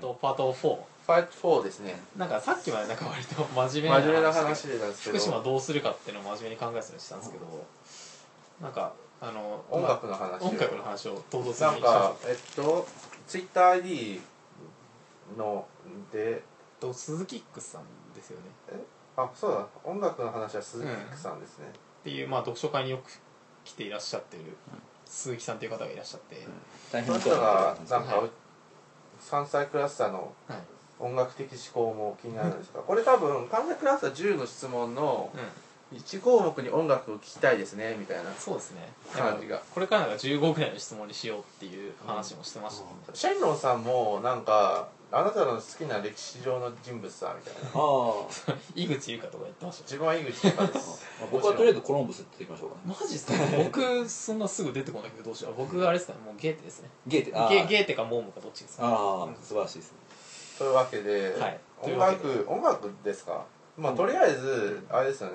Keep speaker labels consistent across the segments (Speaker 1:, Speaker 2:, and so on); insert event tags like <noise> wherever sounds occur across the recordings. Speaker 1: 4
Speaker 2: Fight for ですね
Speaker 1: なんかさっきまでなんか割と真面目な
Speaker 2: 真面目な話なんですけ
Speaker 1: 福
Speaker 2: ど
Speaker 1: 島どうするかっていうのを真面目に考えてたりしたんですけどなんかあの
Speaker 2: 音楽の
Speaker 1: ま
Speaker 2: 話
Speaker 1: あ音楽の話を唐突にし
Speaker 2: なんかえっと TwitterID ので
Speaker 1: と鈴木ックスさんですよね
Speaker 2: あそうだ音楽の話は鈴木福さんですね、
Speaker 1: っていう、まあ、読書会によく来ていらっしゃってる鈴木さんという方がいらっしゃって、
Speaker 3: 大
Speaker 2: そ
Speaker 3: 変
Speaker 2: の
Speaker 3: な
Speaker 2: 人
Speaker 3: ことだ
Speaker 2: が
Speaker 3: ったんです
Speaker 2: な
Speaker 3: よ
Speaker 2: んか、
Speaker 1: はい
Speaker 2: 山菜クラスターの
Speaker 1: はい
Speaker 2: 音楽的思考も気になるんですがこれ多分山菜クラスター10の質問の1項目に音楽を聞きたいですねみたいな
Speaker 1: そうですね
Speaker 2: 感じが
Speaker 1: これからなんか15ぐらいの質問にしようっていう話もしてましたね、
Speaker 2: シェンロンさんもなんかあなたの好きな歴史上の人物さみたいな
Speaker 3: ああ
Speaker 1: 井口優香とか言ってました
Speaker 2: 自分は井口とかです
Speaker 3: まあ僕はとりあえずコロンブスって言ってきましょうかね
Speaker 1: マジっすか僕そんなすぐ出てこないけどどうしよう僕があれですかねもうゲーテですね
Speaker 3: ゲーテあー
Speaker 1: ゲーゲーテかモームかどっちですか
Speaker 3: ああ素晴らしいですね
Speaker 2: というわけで、
Speaker 1: はいとい
Speaker 2: 音
Speaker 1: うわけで
Speaker 2: 楽音楽ですかまあとりあえずあれですよね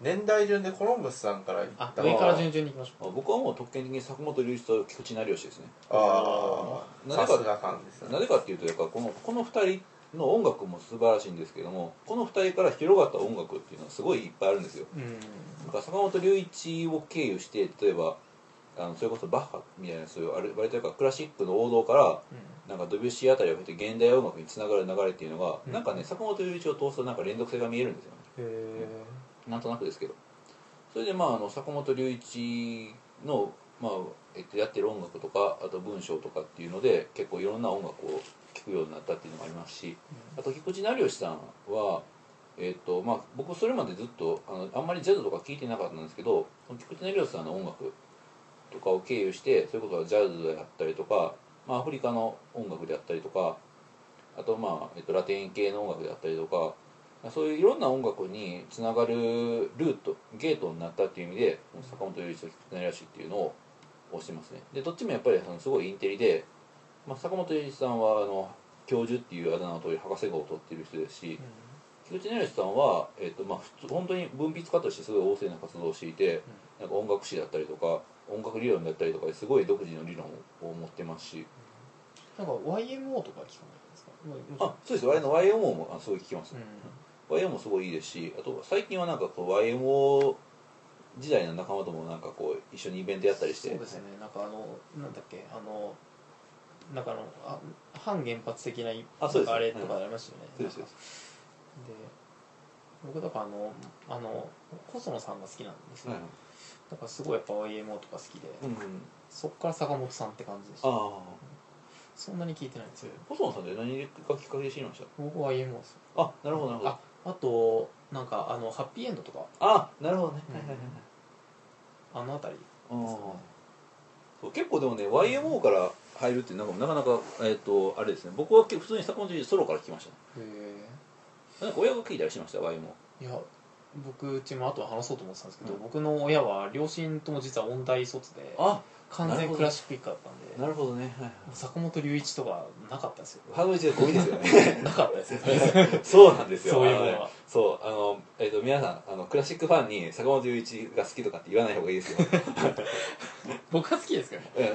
Speaker 2: 年代順でコロンブスさんからいった
Speaker 1: あ
Speaker 2: 方が
Speaker 1: 上から順々に行きましょ
Speaker 3: あ僕はもう特権的に坂本龍一と菊池成吉ですね
Speaker 2: ああ
Speaker 3: な
Speaker 2: さ
Speaker 3: ぜか
Speaker 2: すがさんですね
Speaker 3: なぜかっていうとやっぱこのこの2人の音楽も素晴らしいんですけどもこの2人から広がった音楽っていうのはすごいいっぱいあるんですよ
Speaker 1: ううん
Speaker 3: なんか坂本龍一を経由して例えばあのそれこそバッハみたいなそういうあれ割とやっぱクラシックの王道からなんかドビュッシーあたりを経て現代音楽につながる流れっていうのが、
Speaker 1: うん
Speaker 3: なんかね坂本龍一を通すとなんか連続性が見えるんですよね
Speaker 1: うんへ
Speaker 3: なんとなくですけどそれでまああの坂本龍一の、まあえっと、やってる音楽とかあと文章とかっていうので結構いろんな音楽を聴くようになったっていうのもありますしあと菊池成吉さんは、えっとまあ、僕それまでずっとあのあんまりジャズとか聴いてなかったんですけどその菊池成吉さんの音楽とかを経由してそういうことはジャズであったりとか、まあ、アフリカの音楽であったりとかあとまあ、えっと、ラテン系の音楽であったりとかそういういろんな音楽につながるルートゲートになったっていう意味で坂本龍一と菊池成吉っていうのを推してますねでどっちもやっぱりあのすごいインテリで、まあ、坂本龍一さんはあの教授っていうあだ名の通り博士号を取ってる人ですし菊池成吉さんは、えっとまあ、普通本当に文筆家としてすごい旺盛な活動をしていて、なんか音楽史だったりとか音楽理論だったりとかですごい独自の理論を持ってますし
Speaker 1: なんか YMO とか聞かないですかもうもちろん
Speaker 3: あそうです我々の YMO もあすごい聞きます
Speaker 1: う
Speaker 3: ね
Speaker 1: ん
Speaker 3: YMO もすごいいいですしあと最近はなんかこう YMO 時代の仲間ともなんかこう一緒にイベントやったりして
Speaker 1: そうですねなんかあのなんだっけあのなんかあのあ反原発的な
Speaker 3: あそうです
Speaker 1: あれとかありましたよね、
Speaker 3: そうですそうです
Speaker 1: で僕とかあのあの細野さんが好きなんですよ、
Speaker 3: はい
Speaker 1: だからすごいやっぱ YMO とか好きで、
Speaker 3: うんうん
Speaker 1: そっから坂本さんって感じでし
Speaker 3: あ
Speaker 1: た
Speaker 3: あ
Speaker 1: そんなに聞いてないんですよ
Speaker 3: 細野さんって何がきっかけで知りました
Speaker 1: 僕は YMO ですよ
Speaker 3: あなるほどなるほど
Speaker 1: ああとなんかあのハッピーエンドとか
Speaker 3: あなるほどね、はいはいはいはい
Speaker 1: あの辺り
Speaker 3: そう結構でもね YMO から入るってなんかなかなか、えっとあれですね僕は結構普通に坂本龍一ソロから聞きましたね
Speaker 1: へ
Speaker 3: なんか親が聞いたりしました YMO
Speaker 1: えいや僕うちも後で話そうと思ってたんですけど、僕の親は両親とも実は音大卒で
Speaker 3: あ
Speaker 1: 完全クラシック一家だったんで
Speaker 3: なるほどね、はい、
Speaker 1: 坂本龍一とかなかったですよ
Speaker 3: ハードル値がゴミですよね
Speaker 1: なかったですよとりあえず
Speaker 3: そうなんですよ
Speaker 1: そういうもの
Speaker 3: あ
Speaker 1: は
Speaker 3: ねそうあの、えっと皆さんあのクラシックファンに坂本龍一が好きとかって言わない方がいいですよ
Speaker 1: <laughs>
Speaker 3: <laughs>
Speaker 1: 僕は好きですけどね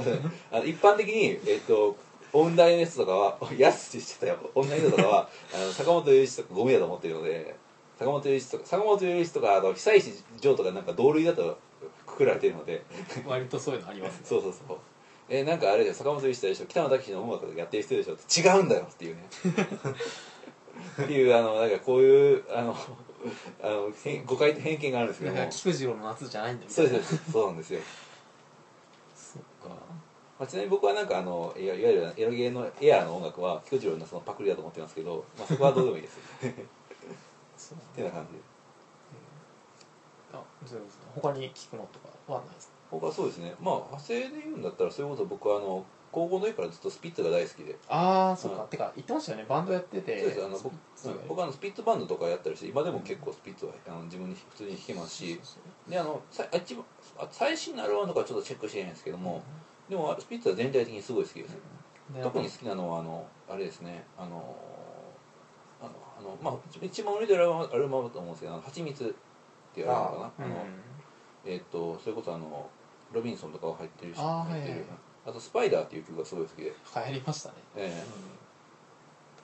Speaker 3: うんあの一般的にえっ、と音大のやつとかは <laughs> 「やすしちゃったよ」音大のやつとかはあの坂本龍一とかゴミだと思ってるので坂本龍一とか坂本龍一とかあの久石譲とかなんか同類だとくくられてるので
Speaker 1: 割とそういうのありますね
Speaker 3: そうそうそうえなんかあれで坂本龍一でしょ北野武の音楽やってる人でしょって違うんだよ
Speaker 1: <laughs>
Speaker 3: っていうねっていうあのなんかこういうあのあの偏誤解と偏見があるんですけど
Speaker 1: なん
Speaker 3: も
Speaker 1: か菊次郎の夏じゃないんだみた
Speaker 3: そ
Speaker 1: いうな
Speaker 3: ですそうですそうなんですよ
Speaker 1: そっか
Speaker 3: まあ、ちなみに僕はなんかあのいわいわゆるエロゲーのエアーの音楽は菊次郎のそのパクリだと思ってますけど、まあ、そこはどうでもいいです
Speaker 1: <laughs> そう
Speaker 3: ってな感じで
Speaker 1: あそうですね他に聞くのとかはないですか
Speaker 3: 僕はそうですねまあ派生で言うんだったらそれこそ僕はあの高校の時からずっとスピッツが大好きで
Speaker 1: ああそっ
Speaker 3: う
Speaker 1: か
Speaker 3: ん
Speaker 1: てか言ってましたよねバンドやってて
Speaker 3: そうですあの僕
Speaker 1: そう
Speaker 3: うん僕はあのスピッツバンドとかやったりして今でも結構スピッツはあの自分に普通に弾けますし
Speaker 1: そう
Speaker 3: であのさあっちもあ最新のアルバムとかはちょっとチェックしてないんですけども、でもスピッツは全体的にすごい好きです、
Speaker 1: で
Speaker 3: 特に好きなのはあのあれですねあのあのあのまあ一番売れてるアルバムアルバムだと思うんですけど「はちみつ」っていうアルバムか
Speaker 1: う
Speaker 3: なんあの、えーっとそれこそあのロビンソンとかが入ってるし
Speaker 1: あー
Speaker 3: 入
Speaker 1: はい
Speaker 3: ってる、
Speaker 1: はいはい
Speaker 3: あと「スパイダー」っていう曲がすごい好きで、
Speaker 1: 流行りましたね
Speaker 3: え
Speaker 2: う
Speaker 3: え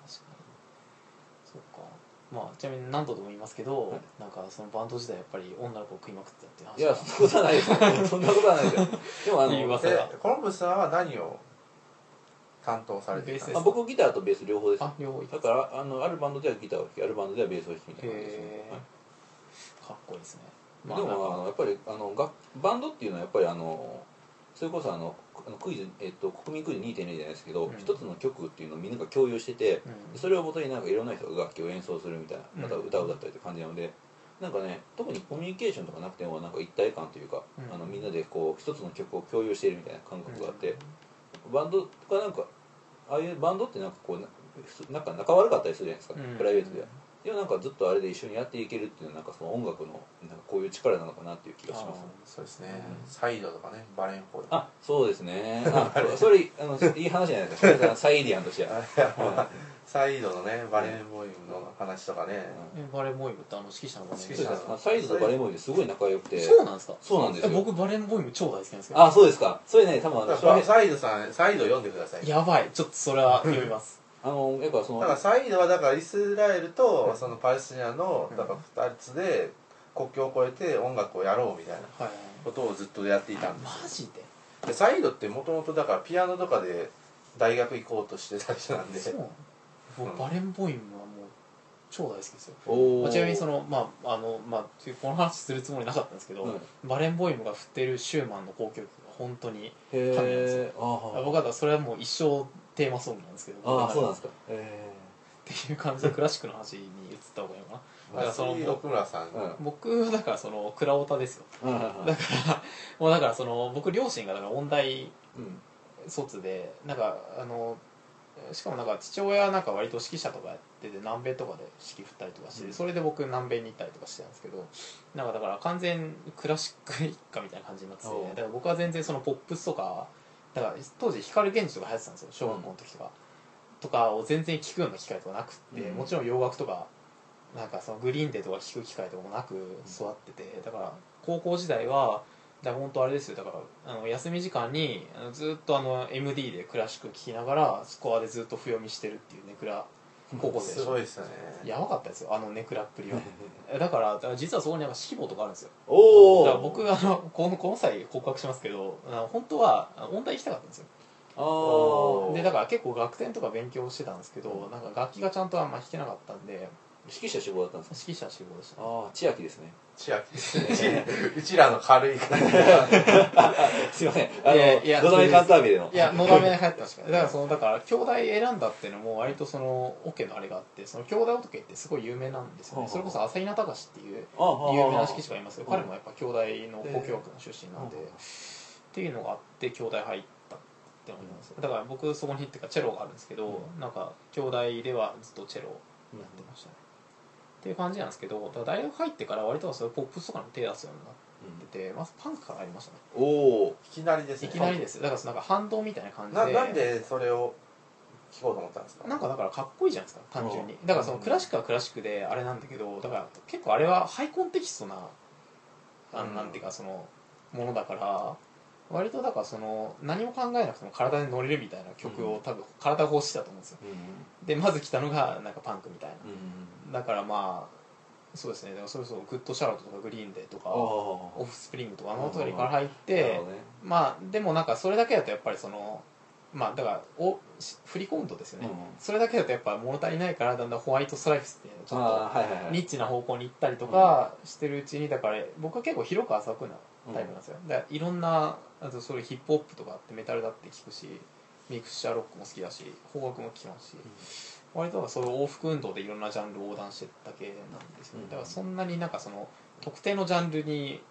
Speaker 1: そっかまあちなみに何度でも言いますけど、
Speaker 3: はい
Speaker 1: なんかそのバンド時代やっぱり女の子を食いまくってたっていう話
Speaker 3: いやそんなことはないですよ <laughs> そんなことはないですよでもあ
Speaker 1: いい
Speaker 3: の
Speaker 1: わ
Speaker 2: でコロンブスさんは何を担当されていたんです
Speaker 1: ベ
Speaker 3: あ
Speaker 1: ース
Speaker 2: か
Speaker 3: 僕ギターとベース両方です
Speaker 1: あ両方いた
Speaker 3: だからあのあるバンドではギターを弾きあるバンドではベースを弾きみたいな感じですね
Speaker 1: へ、え、
Speaker 3: はい
Speaker 1: かっこいいですね、
Speaker 3: でもあのやっぱりあのがバンドっていうのはやっぱりあのそれこそあのくあのクイズ、えっと、国民クイズ2.0じゃないですけど、
Speaker 1: うん
Speaker 3: 一つの曲っていうのをみんなが共有してて
Speaker 1: うん
Speaker 3: それをもとになんかいろんな人が楽器を演奏するみたいなまた
Speaker 1: うん
Speaker 3: 歌を歌ったりって感じなので、なんかね特にコミュニケーションとかなくてもなんか一体感というか、
Speaker 1: うん
Speaker 3: あのみんなでこう一つの曲を共有しているみたいな感覚があって、バンドがなんかああいうバンドってなんかこうな普通なんか仲悪かったりするじゃないですか、
Speaker 1: うん
Speaker 3: プライベートでは。でもなんかずっとあれで一緒にやっていけるっていうのはなんかその音楽のなんかこういう力なのかなっていう気がします
Speaker 2: そうですね、
Speaker 1: うん
Speaker 2: サイドとかねバレンホール
Speaker 3: あそうですねあそそれあのいい話じゃないですかそれがサイディアンとしては、
Speaker 2: あいやまあサイドのねバレンボーイの話とかね、
Speaker 1: えバレーボーイムってあの指揮者のバレー
Speaker 3: そう
Speaker 1: ボ
Speaker 3: で
Speaker 1: ーイ
Speaker 3: すねあサイドとバレーボーイですごい仲良くて
Speaker 1: ムそうなんですか
Speaker 3: そうなんですよ
Speaker 1: え僕バレーボーイム超大好きなんですけど
Speaker 3: あそうですかそれね多分あ
Speaker 2: だ
Speaker 3: の
Speaker 2: から
Speaker 3: 翔
Speaker 2: ばサ
Speaker 3: 平
Speaker 2: イドさんサイド読んでください
Speaker 1: やばいちょっとそれは読みます
Speaker 3: あのやっぱその
Speaker 2: だからサイドはだからイスラエルとそのパレスチナのだから2つで国境を越えて音楽をやろうみたいな
Speaker 1: はい
Speaker 2: ことをずっとやっていたんで
Speaker 1: マ
Speaker 2: す
Speaker 1: ジで
Speaker 2: よでサイドってもともとだからピアノとかで大学行こうとしてた人なんで
Speaker 1: そうなの
Speaker 2: うん
Speaker 1: 僕バレーボーイムはもう超大好きですよ
Speaker 3: お
Speaker 1: まあ
Speaker 3: ー
Speaker 1: ちなみにそのまああのまあちょこの話するつもりなかったんですけど、
Speaker 3: うん
Speaker 1: バレンボイムが振ってるシューマンの交響曲が本当に、神
Speaker 3: へ
Speaker 1: なんですよ
Speaker 3: えあ
Speaker 1: あ
Speaker 3: は
Speaker 1: 僕はだからそれはもう一生テーマソングなんですけど
Speaker 3: ああそうなん
Speaker 1: っ
Speaker 3: ですかえ
Speaker 1: ていう感じでクラシックの話に移った方がいいのかなだからその
Speaker 2: 松井奥村さん
Speaker 3: えうんうん
Speaker 1: 僕はだからそのクラオタですよ
Speaker 3: うん
Speaker 1: もうだからその僕両親がだから音大
Speaker 3: うん
Speaker 1: 卒でなんかあのしかもなんか父親はなんか割と指揮者とかやってて南米とかで指揮振ったりとかしてて、
Speaker 3: うん
Speaker 1: それで僕南米に行ったりとかしてたんですけどなんかだから完全クラシック一家みたいな感じになってて
Speaker 3: おう
Speaker 1: だから僕は全然そのポップスとかだから当時光源氏とか流行ってたんですよ小学校の時とか、とかを全然聞くような機会とかなくって、
Speaker 3: うん
Speaker 1: もちろん洋楽とかなんかそのグリーンデーとか聞く機会とかもなく育ってて、だから高校時代はだから本当あれですよだからあの休み時間にあのずっとあの MD でクラシック聴きながらスコアでずっと譜読みしてるっていうネクラ高校生
Speaker 2: すごいですよね
Speaker 1: やばかったですよあのネクラっぷりはえだからだから実はそこになんか指揮棒とかあるんですよ
Speaker 3: お
Speaker 1: だか
Speaker 3: お
Speaker 1: ら僕あのこのこの際告白しますけどあの本当はあの音大行きたかったんですよ
Speaker 3: あ
Speaker 2: お
Speaker 3: あ
Speaker 2: ー
Speaker 1: でだから結構楽天とか勉強してたんですけど、
Speaker 3: うん
Speaker 1: なんか楽器がちゃんとあんま弾けなかったんで
Speaker 3: 指揮者志望だったんですか
Speaker 1: 指揮者志望でした
Speaker 3: ああ千秋で
Speaker 1: <laughs>
Speaker 3: すね
Speaker 2: 千秋うちらの軽い感じが
Speaker 1: <laughs>
Speaker 3: すいませんあ
Speaker 1: いやいや
Speaker 3: のドナメカンタービレの
Speaker 1: いや、のだめに流行ってましたから。だから、その、だから、兄弟選んだっていうのも、割とその、オケのあれがあって、その、兄弟オケってすごい有名なんですよ
Speaker 3: はあは
Speaker 1: ね。
Speaker 3: あ
Speaker 1: それこそ、朝比奈隆っていう、
Speaker 3: ああ
Speaker 1: 有名な指揮師
Speaker 3: 者
Speaker 1: がいますよ。
Speaker 3: はあ
Speaker 1: 彼もやっぱ、兄弟の交響楽の出身なんで、
Speaker 3: ええ
Speaker 1: っていうのがあって、兄弟入ったって思います。だから、僕、そこに行ってから、チェロがあるんですけど、なんか、兄弟ではずっとチェロをやってましたね。っていう感じなんですけど、だから大学入ってから、割とそういうポップスとかの手出すようになってて、まずパンクからありましたね。
Speaker 3: おお
Speaker 2: いきなりですね
Speaker 1: いきなりですよだからそのなんか反動みたいな感じ
Speaker 2: な
Speaker 1: で
Speaker 2: なんでそれを聞こうと思ったんですか
Speaker 1: なんかだからかっこいいじゃないですか単純に
Speaker 3: うん
Speaker 1: だからそのクラシックはクラシックであれなんだけどだから結構あれはハイコンテキストなあ
Speaker 2: うん
Speaker 1: なんていうかそのものだから割とだからその何も考えなくても体で乗れるみたいな曲
Speaker 3: うん
Speaker 1: を多分体が欲してたと思うんですよ
Speaker 3: うん
Speaker 1: でまず来たのがなんかパンクみたい
Speaker 3: うん
Speaker 1: なだからまあそうですねだからそれこそグッドシャラウトとかグリーンデーとか
Speaker 3: ああ
Speaker 1: オフスプリングとかあの辺りから入っ
Speaker 3: なる
Speaker 1: て
Speaker 3: ほどね
Speaker 1: まあでもなんかそれだけだとやっぱりそのまあだからおし振り込むとですよね、
Speaker 3: うん
Speaker 1: それだけだとやっぱ物足りないからだんだんホワイトストライフスっていうのち
Speaker 3: あ
Speaker 1: ょ
Speaker 3: あ
Speaker 1: っ
Speaker 3: はいはいは
Speaker 1: と
Speaker 3: い
Speaker 1: ニッチな方向に行ったりとかしてるうちにだから僕は結構広く浅くなタイプなんですよ、だからいろんなあとそれヒップホップとかってメタルだって聞くしミクシャーロックも好きだし邦楽も聞きますし、割となんかそういう往復運動でいろんなジャンルを横断してっただけなんですよね、
Speaker 3: うん
Speaker 1: だからそんなになんかその特定のジャンルに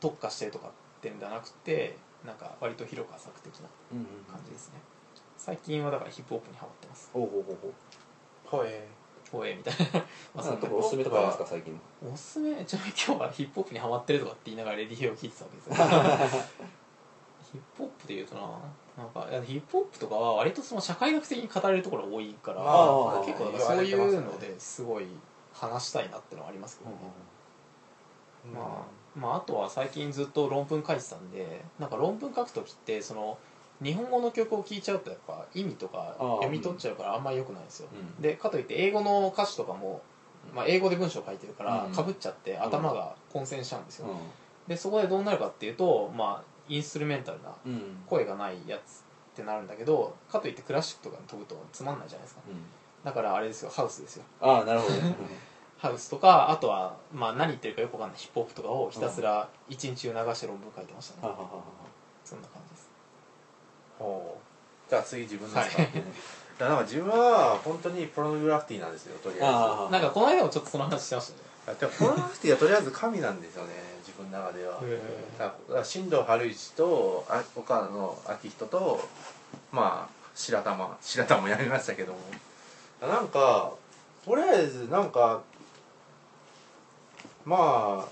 Speaker 1: 特化してとかってんじゃなくてなんか割と広く浅く的な
Speaker 3: うんうん
Speaker 1: 感じですね、最近はだからヒップホップにハマってます
Speaker 3: ほうほうほうほう
Speaker 2: ほえ
Speaker 1: ほえみたいなまあそ
Speaker 3: なんん
Speaker 1: な
Speaker 3: か
Speaker 1: と
Speaker 3: お
Speaker 1: こ
Speaker 3: すすめとかありますか最近
Speaker 1: おすすめ <laughs> ちなみに今日はヒップホップにハマってるとかって言いながらレディヘイを聴いてたわけですよヒップホップで言うとななんかいやヒップホップとかは割とその社会学的に語れるところが多いから、
Speaker 2: ま
Speaker 3: あ
Speaker 1: 結構だからそういうのですごい話したいなってのはありますけどね、まあ、まああとは最近ずっと論文書いてたんでなんか論文書く時ってその日本語の曲を聴いちゃうとやっぱ意味とか
Speaker 3: あー
Speaker 1: 読み取っちゃうからあんまり良くないんですよ、
Speaker 3: うん
Speaker 1: でかといって英語の歌詞とかも、まあ、英語で文章書いてるから
Speaker 3: うん
Speaker 1: かぶっちゃって頭が混戦しちゃうんですよ、
Speaker 3: う
Speaker 1: でそこでどうなるかっていうと、まあ、インストゥルメンタルなん
Speaker 3: うん
Speaker 1: 声がないやつってなるんだけどかといってクラシックとかに飛ぶとつまんないじゃないですか
Speaker 3: うん
Speaker 1: だからあれですよハウスですよ
Speaker 3: ああな
Speaker 1: <laughs>
Speaker 3: るほどね
Speaker 1: ハウスとかあとは、まあ、何言ってるかよくわかんないヒップホップとかをひたすら一日中流して論文書いてました
Speaker 3: は
Speaker 1: ね、
Speaker 3: ははは
Speaker 1: そんな感じです
Speaker 2: ほうじゃあ次自分ですか、
Speaker 1: はい
Speaker 2: いやなんか自分は本当にポログラフィティなんですよとりあ
Speaker 3: ああ
Speaker 1: なんかこの間もちょっとその話してましたね
Speaker 2: えずでもポログラフィティはとりあえず神なんですよね自分の中ではだから新藤春一とあ岡野昭人とまあ白玉白玉もやりましたけどもなんかとりあえずなんかま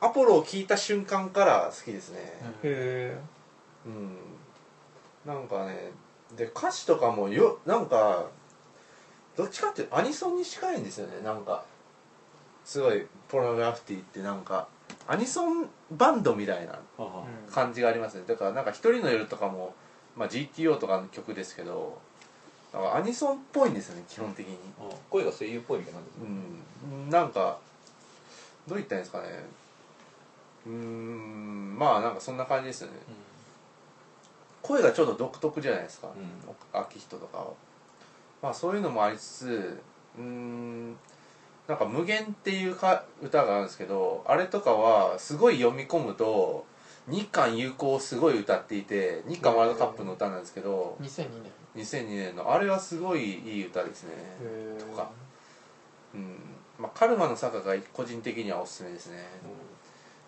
Speaker 2: あアポロを聞いた瞬間から好きですね、
Speaker 1: へ
Speaker 2: うんなんかねで歌詞とかもよなんかどっちかっていうとアニソンに近いんですよねなんかすごいポログラフィティってなんかアニソンバンドみたいな
Speaker 3: はは
Speaker 1: え
Speaker 2: 感じがありますねだからなんか「一人の夜」とかも、まあ、GTO とかの曲ですけどなんかアニソンっぽいんですよね基本的に
Speaker 3: あ声が声優っぽいみたいな
Speaker 2: うんなんかどう言ったらいいんですかねうーんまあなんかそんな感じですよね声がちょっと独特じゃないですか、
Speaker 3: うん
Speaker 2: 秋人とかはまあそういうのもありつつうーんなんか「無限」っていうか歌があるんですけどあれとかはすごい読み込むと日韓友好をすごい歌っていて日韓ワールドカップの歌なんですけど
Speaker 1: 2002年
Speaker 2: 2002年のあれはすごいいい歌ですね
Speaker 1: へえ
Speaker 2: とかうんまあカルマの坂が個人的にはおすすめですね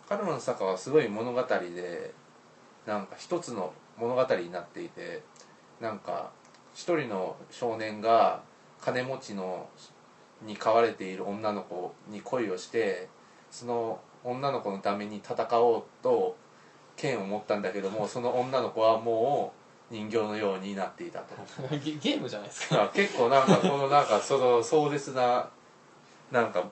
Speaker 2: カルマの坂はすごい物語でなんか一つの物語になっていてなんか一人の少年が金持ちのに飼われている女の子に恋をしてその女の子のために戦おうと剣を持ったんだけどもその女の子はもう人形のようになっていたと。
Speaker 1: ゲ <laughs> ゲームじゃないですか
Speaker 2: あ結構なんかこのなんかその壮絶ななんか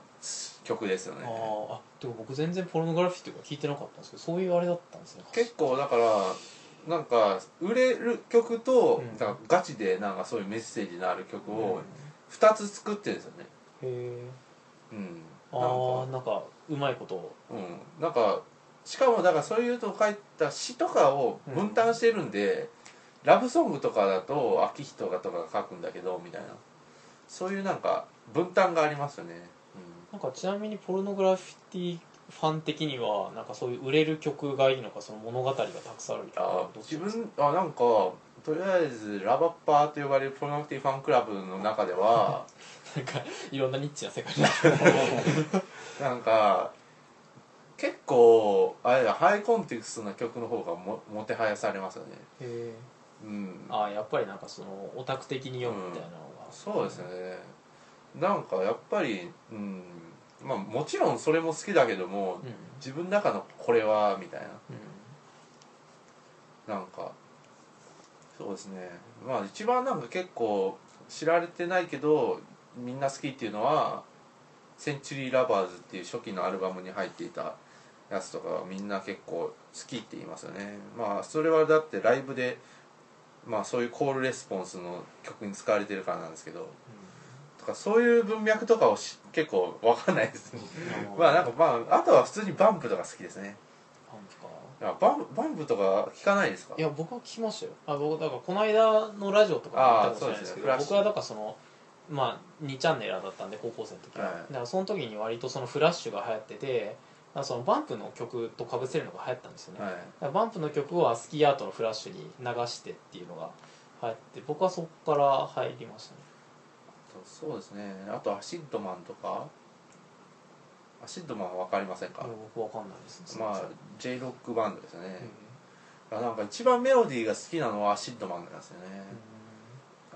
Speaker 2: 曲ですよ
Speaker 1: あ
Speaker 2: ね
Speaker 1: ーあでも僕全然ポルノグラフィティとか聞いてなかったんですけどそういうあれだったんですね
Speaker 2: 結構だからなんか売れる曲と、
Speaker 1: うん
Speaker 2: だからガチでなんかそういうメッセージのある曲
Speaker 1: うん
Speaker 2: を2つ作ってるんですよね
Speaker 1: へえ
Speaker 2: うん
Speaker 1: ああ
Speaker 2: なんか
Speaker 1: なんかうまいことを
Speaker 2: うんなんかしかもだからそういうのを書いた詩とかを分担してるんで、ラブソングとかだと秋人がとかが書くんだけどみたいなそういうなんか分担がありますよね、う
Speaker 1: な
Speaker 2: ん
Speaker 1: んかちなみにポルノグラフィティファン的にはなんかそういう売れる曲がいいのかその物語がたくさんあるみたいな
Speaker 2: あ
Speaker 1: どっち
Speaker 2: 自
Speaker 1: なんですか
Speaker 2: 分あなんかとりあえずラバッパーと呼ばれるプロナクティファンクラブの中では
Speaker 1: なんかいろんなニッチな世界に
Speaker 2: なんか結構あれだハイコンテクストな曲の方がももてはやされますよねうん
Speaker 1: ああやっぱりなんかそのオタク的に読むみたいなのが、
Speaker 2: そうですねなんかやっぱりうんまあもちろんそれも好きだけども、
Speaker 1: うん、うん
Speaker 2: 自分の中のこれはみたいななんかそうですねまあ一番なんか結構知られてないけどみんな好きっていうのは「センチュリー・ラバーズ」っていう初期のアルバムに入っていたやつとかはみんな結構好きって言いますよねまあそれはだってライブでまあそういうコールレスポンスの曲に使われてるからなんですけどとかそういう文脈とかをし結構わかんないですね
Speaker 1: うん
Speaker 2: まあなんかまああとは普通にバンプとか好きですね
Speaker 1: なんか
Speaker 2: あバンバンプとか聞かないですか
Speaker 1: いや僕は聞きましたよあ僕だからこの間のラジオとかも言ったかもしれないですけど
Speaker 2: あーそうですねフラッシュ
Speaker 1: 僕はだからそのまあ2チャンネルだったんで高校生の時は、
Speaker 2: はい
Speaker 1: だからその時に割とそのフラッシュが流行っててだからそのバンプの曲とかぶせるのが流行ったんですよね、
Speaker 2: はい
Speaker 1: だからバンプの曲をアスキーアートのフラッシュに流してっていうのが流行って僕はそこから入りましたね
Speaker 2: そうですねあとアシッドマンとかアシッドマンは分かりません
Speaker 1: い
Speaker 2: か、
Speaker 1: や僕わかんないですねすい
Speaker 2: ま
Speaker 1: せん
Speaker 2: あ J ロックバンドですよね
Speaker 1: うん、
Speaker 2: あなんか一番メロディーが好きなのはアシッドマンなんですよね、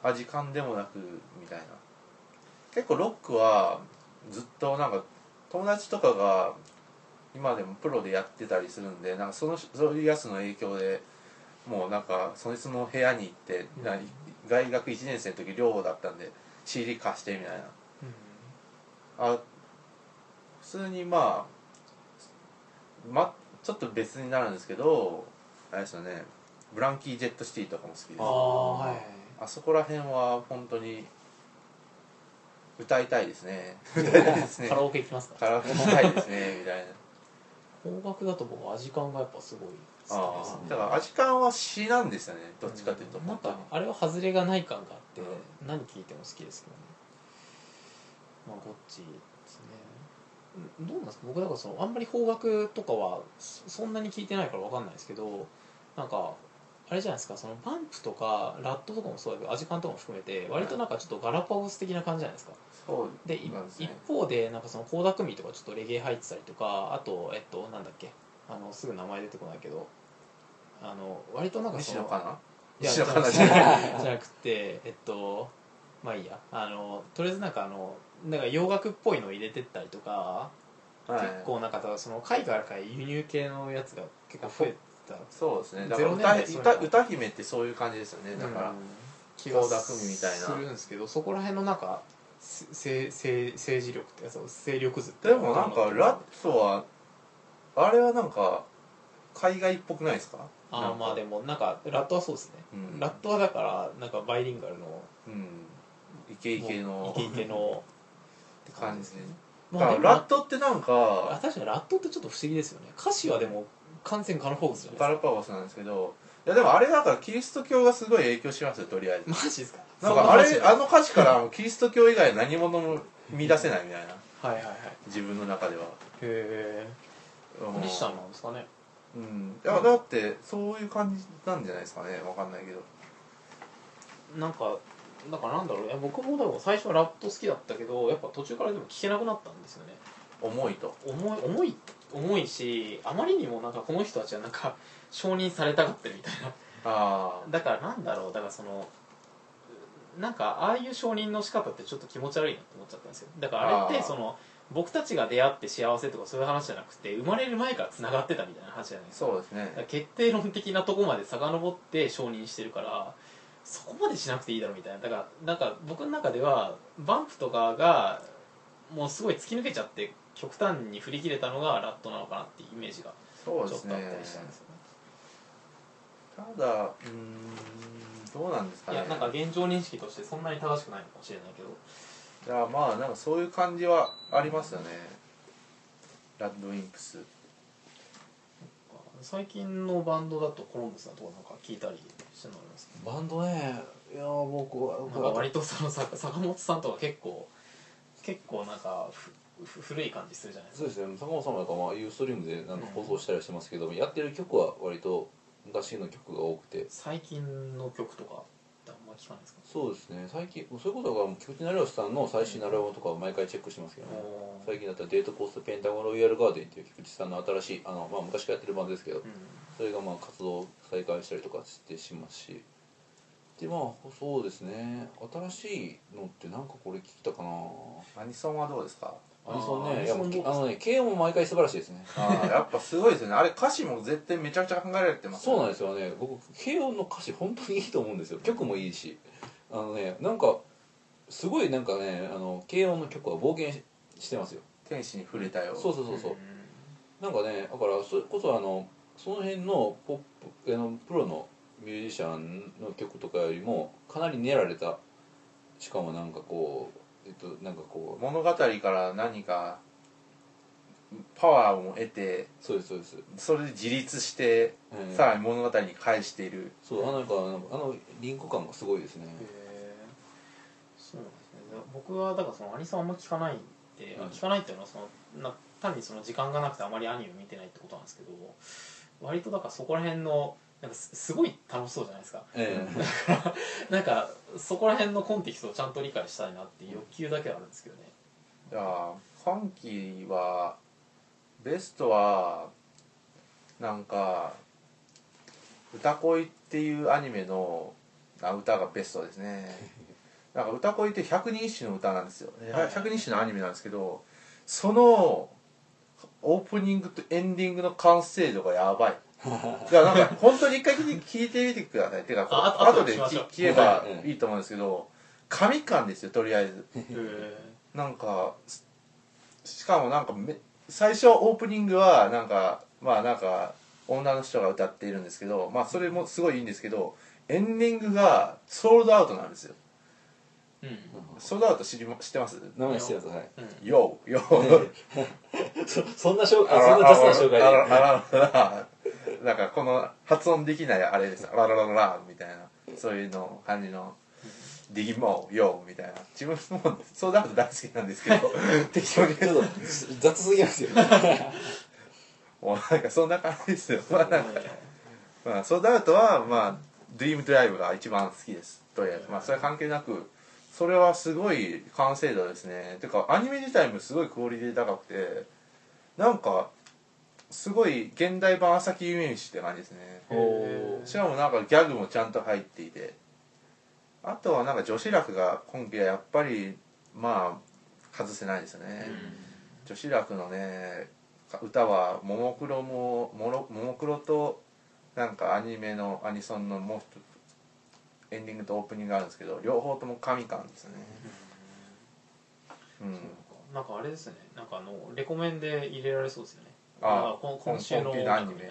Speaker 2: 味感でもなくみたいな結構ロックはずっとなんか友達とかが今でもプロでやってたりするんでなんかそのそういうやつの影響でもうなんかそいつの部屋に行って、
Speaker 1: うん
Speaker 2: な大学1年生の時寮だったんで CD 貸してみたいな
Speaker 1: うん
Speaker 2: あ普通にまあまちょっと別になるんですけどあれですよねブランキー・ジェット・シティとかも好きです
Speaker 1: あ
Speaker 3: あー
Speaker 1: あはい
Speaker 2: あそこら辺は本当に歌いたいですね歌いたいですね
Speaker 1: カラオケ行きますか
Speaker 2: カラオケしたいで
Speaker 1: <laughs>
Speaker 2: すねみたいな
Speaker 1: 邦楽だと僕はアジカンがやっぱすごい好きで
Speaker 2: あ
Speaker 1: す
Speaker 2: あ
Speaker 1: ね
Speaker 2: だからアジカンは詩なんですよねどっちかというと、
Speaker 1: なん
Speaker 2: 本当に
Speaker 1: かあれは外れがない感があって、
Speaker 2: う
Speaker 1: 何聴いても好きですけどねまあゴッチですねうんどうなんですか僕だからそのあんまり邦楽とかはそそんなに聞いてないからわかんないですけどなんかあれじゃないですかそのパンプとかラットとかもそうだけどアジカンとかも含めて割となんかちょっとガラパゴス的な感じじゃないですか
Speaker 2: そう
Speaker 1: でい
Speaker 2: なんです
Speaker 1: 一
Speaker 2: ね
Speaker 1: 方でなんかその倖田來未とかちょっとレゲエ入ってたりとかあとえっとなんだっけあのすぐ名前出てこないけどあの割となんか
Speaker 2: 西
Speaker 1: その
Speaker 2: 野かない
Speaker 1: や
Speaker 2: 西野かな
Speaker 1: じ
Speaker 2: じ
Speaker 1: ゃ
Speaker 2: ゃ
Speaker 1: なく
Speaker 2: な
Speaker 1: て <laughs> じゃなくてえっとまあいいやあのとりあえずなんかあのなんか洋楽っぽいのを入れてったりとか、
Speaker 2: はい
Speaker 1: 結構なんかその海外から輸入系のやつが結構増えた
Speaker 2: そうですねだか
Speaker 1: ゼ
Speaker 2: ら
Speaker 1: ロ年代
Speaker 2: 歌
Speaker 1: そういうの
Speaker 2: 歌歌姫ってそういう感じですよねだから、
Speaker 1: うん
Speaker 2: 気が楽みたいな
Speaker 1: するんですけどそこら辺のなんかせせせ政治力ってそう勢力図って
Speaker 2: でもなんかラットはあれはなんか海外っぽくないですか
Speaker 1: あーまあで
Speaker 2: も、
Speaker 1: もなんかラットはそうですね、
Speaker 2: うん、
Speaker 1: ラットはだからなんかバイリンガルの
Speaker 2: うんイケイケの
Speaker 1: イケイケ
Speaker 2: <laughs>
Speaker 1: の
Speaker 2: って感じですねだ
Speaker 1: まあ
Speaker 2: か
Speaker 1: で
Speaker 2: ら
Speaker 1: も
Speaker 2: ラットってなん
Speaker 1: あ
Speaker 2: か
Speaker 1: 確かにラットってちょっと不思議ですよね歌詞はでも完全にガラパゴスじゃ
Speaker 2: ガ
Speaker 1: ない
Speaker 2: ラパゴスなんですけどいやでもあれだからキリスト教がすごい影響しますよとりあえず
Speaker 1: ですかマジですか
Speaker 2: なんかあ
Speaker 1: そ
Speaker 2: れ
Speaker 1: 話
Speaker 2: あの歌詞からもうキリスト教以外何者も見出せないみたいな
Speaker 1: はいはいはいへ
Speaker 2: 自分の中では
Speaker 1: え
Speaker 2: うん
Speaker 1: クリスチャンなんですかね
Speaker 2: うんいやだってそういう感じなんじゃないですかねわかんないけど
Speaker 1: なんかなんかなんだろういや僕もでも最初はラット好きだったけどやっぱ途中からでも聴けなくなったんですよね
Speaker 2: 重いと
Speaker 1: 重い重い重いしあまりにもなんかこの人たちはなんか承認されたがってるみたいな
Speaker 2: ああ
Speaker 1: だからなんだろうだからそのなんかああいう承認の仕方ってちょっと気持ち悪いなって思っちゃったんですよだからあれっ
Speaker 2: あ
Speaker 1: て
Speaker 2: ー
Speaker 1: その僕たちが出会って幸せとかそういう話じゃなくて生まれる前からつながってたみたいな話じゃないですか
Speaker 2: そうです
Speaker 1: だから
Speaker 2: ね
Speaker 1: 決定論的なとこまで遡って承認してるからそこまでしなくていいだろうみたいなだからなんか僕の中ではバンプとかがもうすごい突き抜けちゃって極端に振り切れたのがラットなのかなっていうイメージが
Speaker 2: そう
Speaker 1: ち
Speaker 2: で
Speaker 1: ょっ
Speaker 2: す
Speaker 1: とあっ
Speaker 2: ね
Speaker 1: たりしたんですよね
Speaker 2: ただうーんどうなんですか
Speaker 1: い
Speaker 2: ね
Speaker 1: やなんか現状認識としてそんなに正しくないのかもしれないけど
Speaker 2: いやまあなんかそういう感じはありますよねラッドウィンプス
Speaker 1: 最近のバンドだとコロンブスのとこなんか聞いたりしてるのありますけ
Speaker 3: バンドねいや僕は
Speaker 1: ど
Speaker 3: 僕
Speaker 1: なんか
Speaker 3: は
Speaker 1: 割とそのさ坂本さんとか結構結構なんかふふ古い感じするじゃないです
Speaker 3: そうですね坂本さんもなんかまあユーストリームでなんか放送したりはしてますけども、やってる曲は割と昔の曲が多くて
Speaker 1: か最近の曲とかってあんま聞かないですか
Speaker 3: そうですね最近そういうことが菊池成吉さんの最新のアルバムとかを毎回チェックしてますけどね、
Speaker 1: おー
Speaker 3: 最近だったら「デートコーストペンタゴンロイヤルガーデン」っていう菊池さんの新しいあの、まあ、昔からやってるバンドですけど、それがまあ活動再開したりとかしてしますしでまあそうですね新しいのってなんかこれ聞いたかな
Speaker 2: アニソンはどうですか
Speaker 3: アニソン
Speaker 1: あー
Speaker 3: ねいやも
Speaker 1: ア
Speaker 3: う
Speaker 1: ニソンどうですか
Speaker 3: あのね K も毎回素晴らしいですね
Speaker 2: あ
Speaker 3: <laughs>
Speaker 2: あやっぱすごいですよねあれ歌詞も絶対めちゃくちゃ考えられてます
Speaker 3: そうなんですすよね僕慶音の歌詞本当にいいと思うんですよ曲もいいしあのねなんかすごいなんかねあの慶音の曲は冒険ししてますよ
Speaker 2: 天使に触れたよ
Speaker 3: そうそうそうそう、なんかねだからそれこそあのその辺のポップあのプロのミュージシャンの曲とかよりもかなり練られたしかもなんかこうえっとなんかこう
Speaker 2: 物語から何かパワーを得て
Speaker 3: そうですそうです、
Speaker 2: それで自立して、
Speaker 3: えー
Speaker 2: さらに物語に返している
Speaker 3: そうあのなんかあのあのリンク感がすごいですね
Speaker 1: へえそうなんですねで僕はだからそのアニソンあんま聞かないんで、
Speaker 3: うん
Speaker 1: 聞かないっていうのはそのな単にその時間がなくてあまりアニメ見てないってことなんですけど割とだからそこら辺のなんかすすごい楽しそうじゃないですか
Speaker 3: ええ
Speaker 1: なんかそこら辺のコンテキストをちゃんと理解したいなっていう欲求だけはあるんですけどね
Speaker 2: いやー今期はベストはなんか「歌恋」っていうアニメのあ歌がベストです
Speaker 1: <laughs>
Speaker 2: ねなんか歌恋って百人一首の歌なんですよで
Speaker 1: はいはい
Speaker 2: 百人一首のアニメなんですけどそのオープニングとエンディングの完成度がやば
Speaker 1: <laughs>
Speaker 2: いいやなんか本当に一回聞いて聞いてみてくださいてか
Speaker 1: ああ
Speaker 2: 後
Speaker 1: 後でし
Speaker 2: で
Speaker 1: ましょう
Speaker 2: 聞けば
Speaker 3: はい
Speaker 2: いいと思うんですけど神感ですよとりあえず
Speaker 1: へえ
Speaker 2: なんかすしかもなんかめ最初オープニングはなんかまあなんかオーナーの人が歌っているんですけどまあそれもすごいいいんですけどエンディングがソールドアウトなんですよ
Speaker 1: うん
Speaker 2: ソールドアウト知りま知ってます
Speaker 3: 名前してますはい
Speaker 1: うん
Speaker 2: ?YO!
Speaker 3: <laughs>
Speaker 2: YO!
Speaker 3: そそんな紹
Speaker 2: あ
Speaker 3: 介
Speaker 2: ら
Speaker 3: <laughs> そんな雑な紹介
Speaker 2: あら
Speaker 3: で
Speaker 2: あらあらなんかこの発音できないあれですあらららららみたいなそういうの感じのディギモーヨーみたいな自分もソールドアウト大好きなんですけ
Speaker 3: <laughs>
Speaker 2: ど適当に
Speaker 3: ちょっと雑すぎますよね
Speaker 2: もうなんかそんな感じですよまあなんかまあ、ソードアウトは、まあ、ドリームドライブが一番好きです。とりあえず。まあ、それは関係なく、それはすごい完成度ですね。てか、アニメ自体もすごいクオリティ高くて、なんか、すごい現代版朝木夢石って感じですね。
Speaker 1: へー
Speaker 2: しかもなんかギャグもちゃんと入っていて。あとはなんか女子楽が今季はやっぱり、まあ、外せないですよね。女子楽のね歌はももクロももろももクロとなんかアニメのアニソンのもう一つエンディングとオープニングがあるんですけど両方とも神感ですねうん、
Speaker 1: なんかあれですねなんかあのレコメンで入れられそうですよね
Speaker 2: あ
Speaker 1: なんかこ今週の
Speaker 2: コンテ
Speaker 1: 音
Speaker 2: ンツア
Speaker 1: 楽
Speaker 2: ニ
Speaker 1: みたい
Speaker 2: メ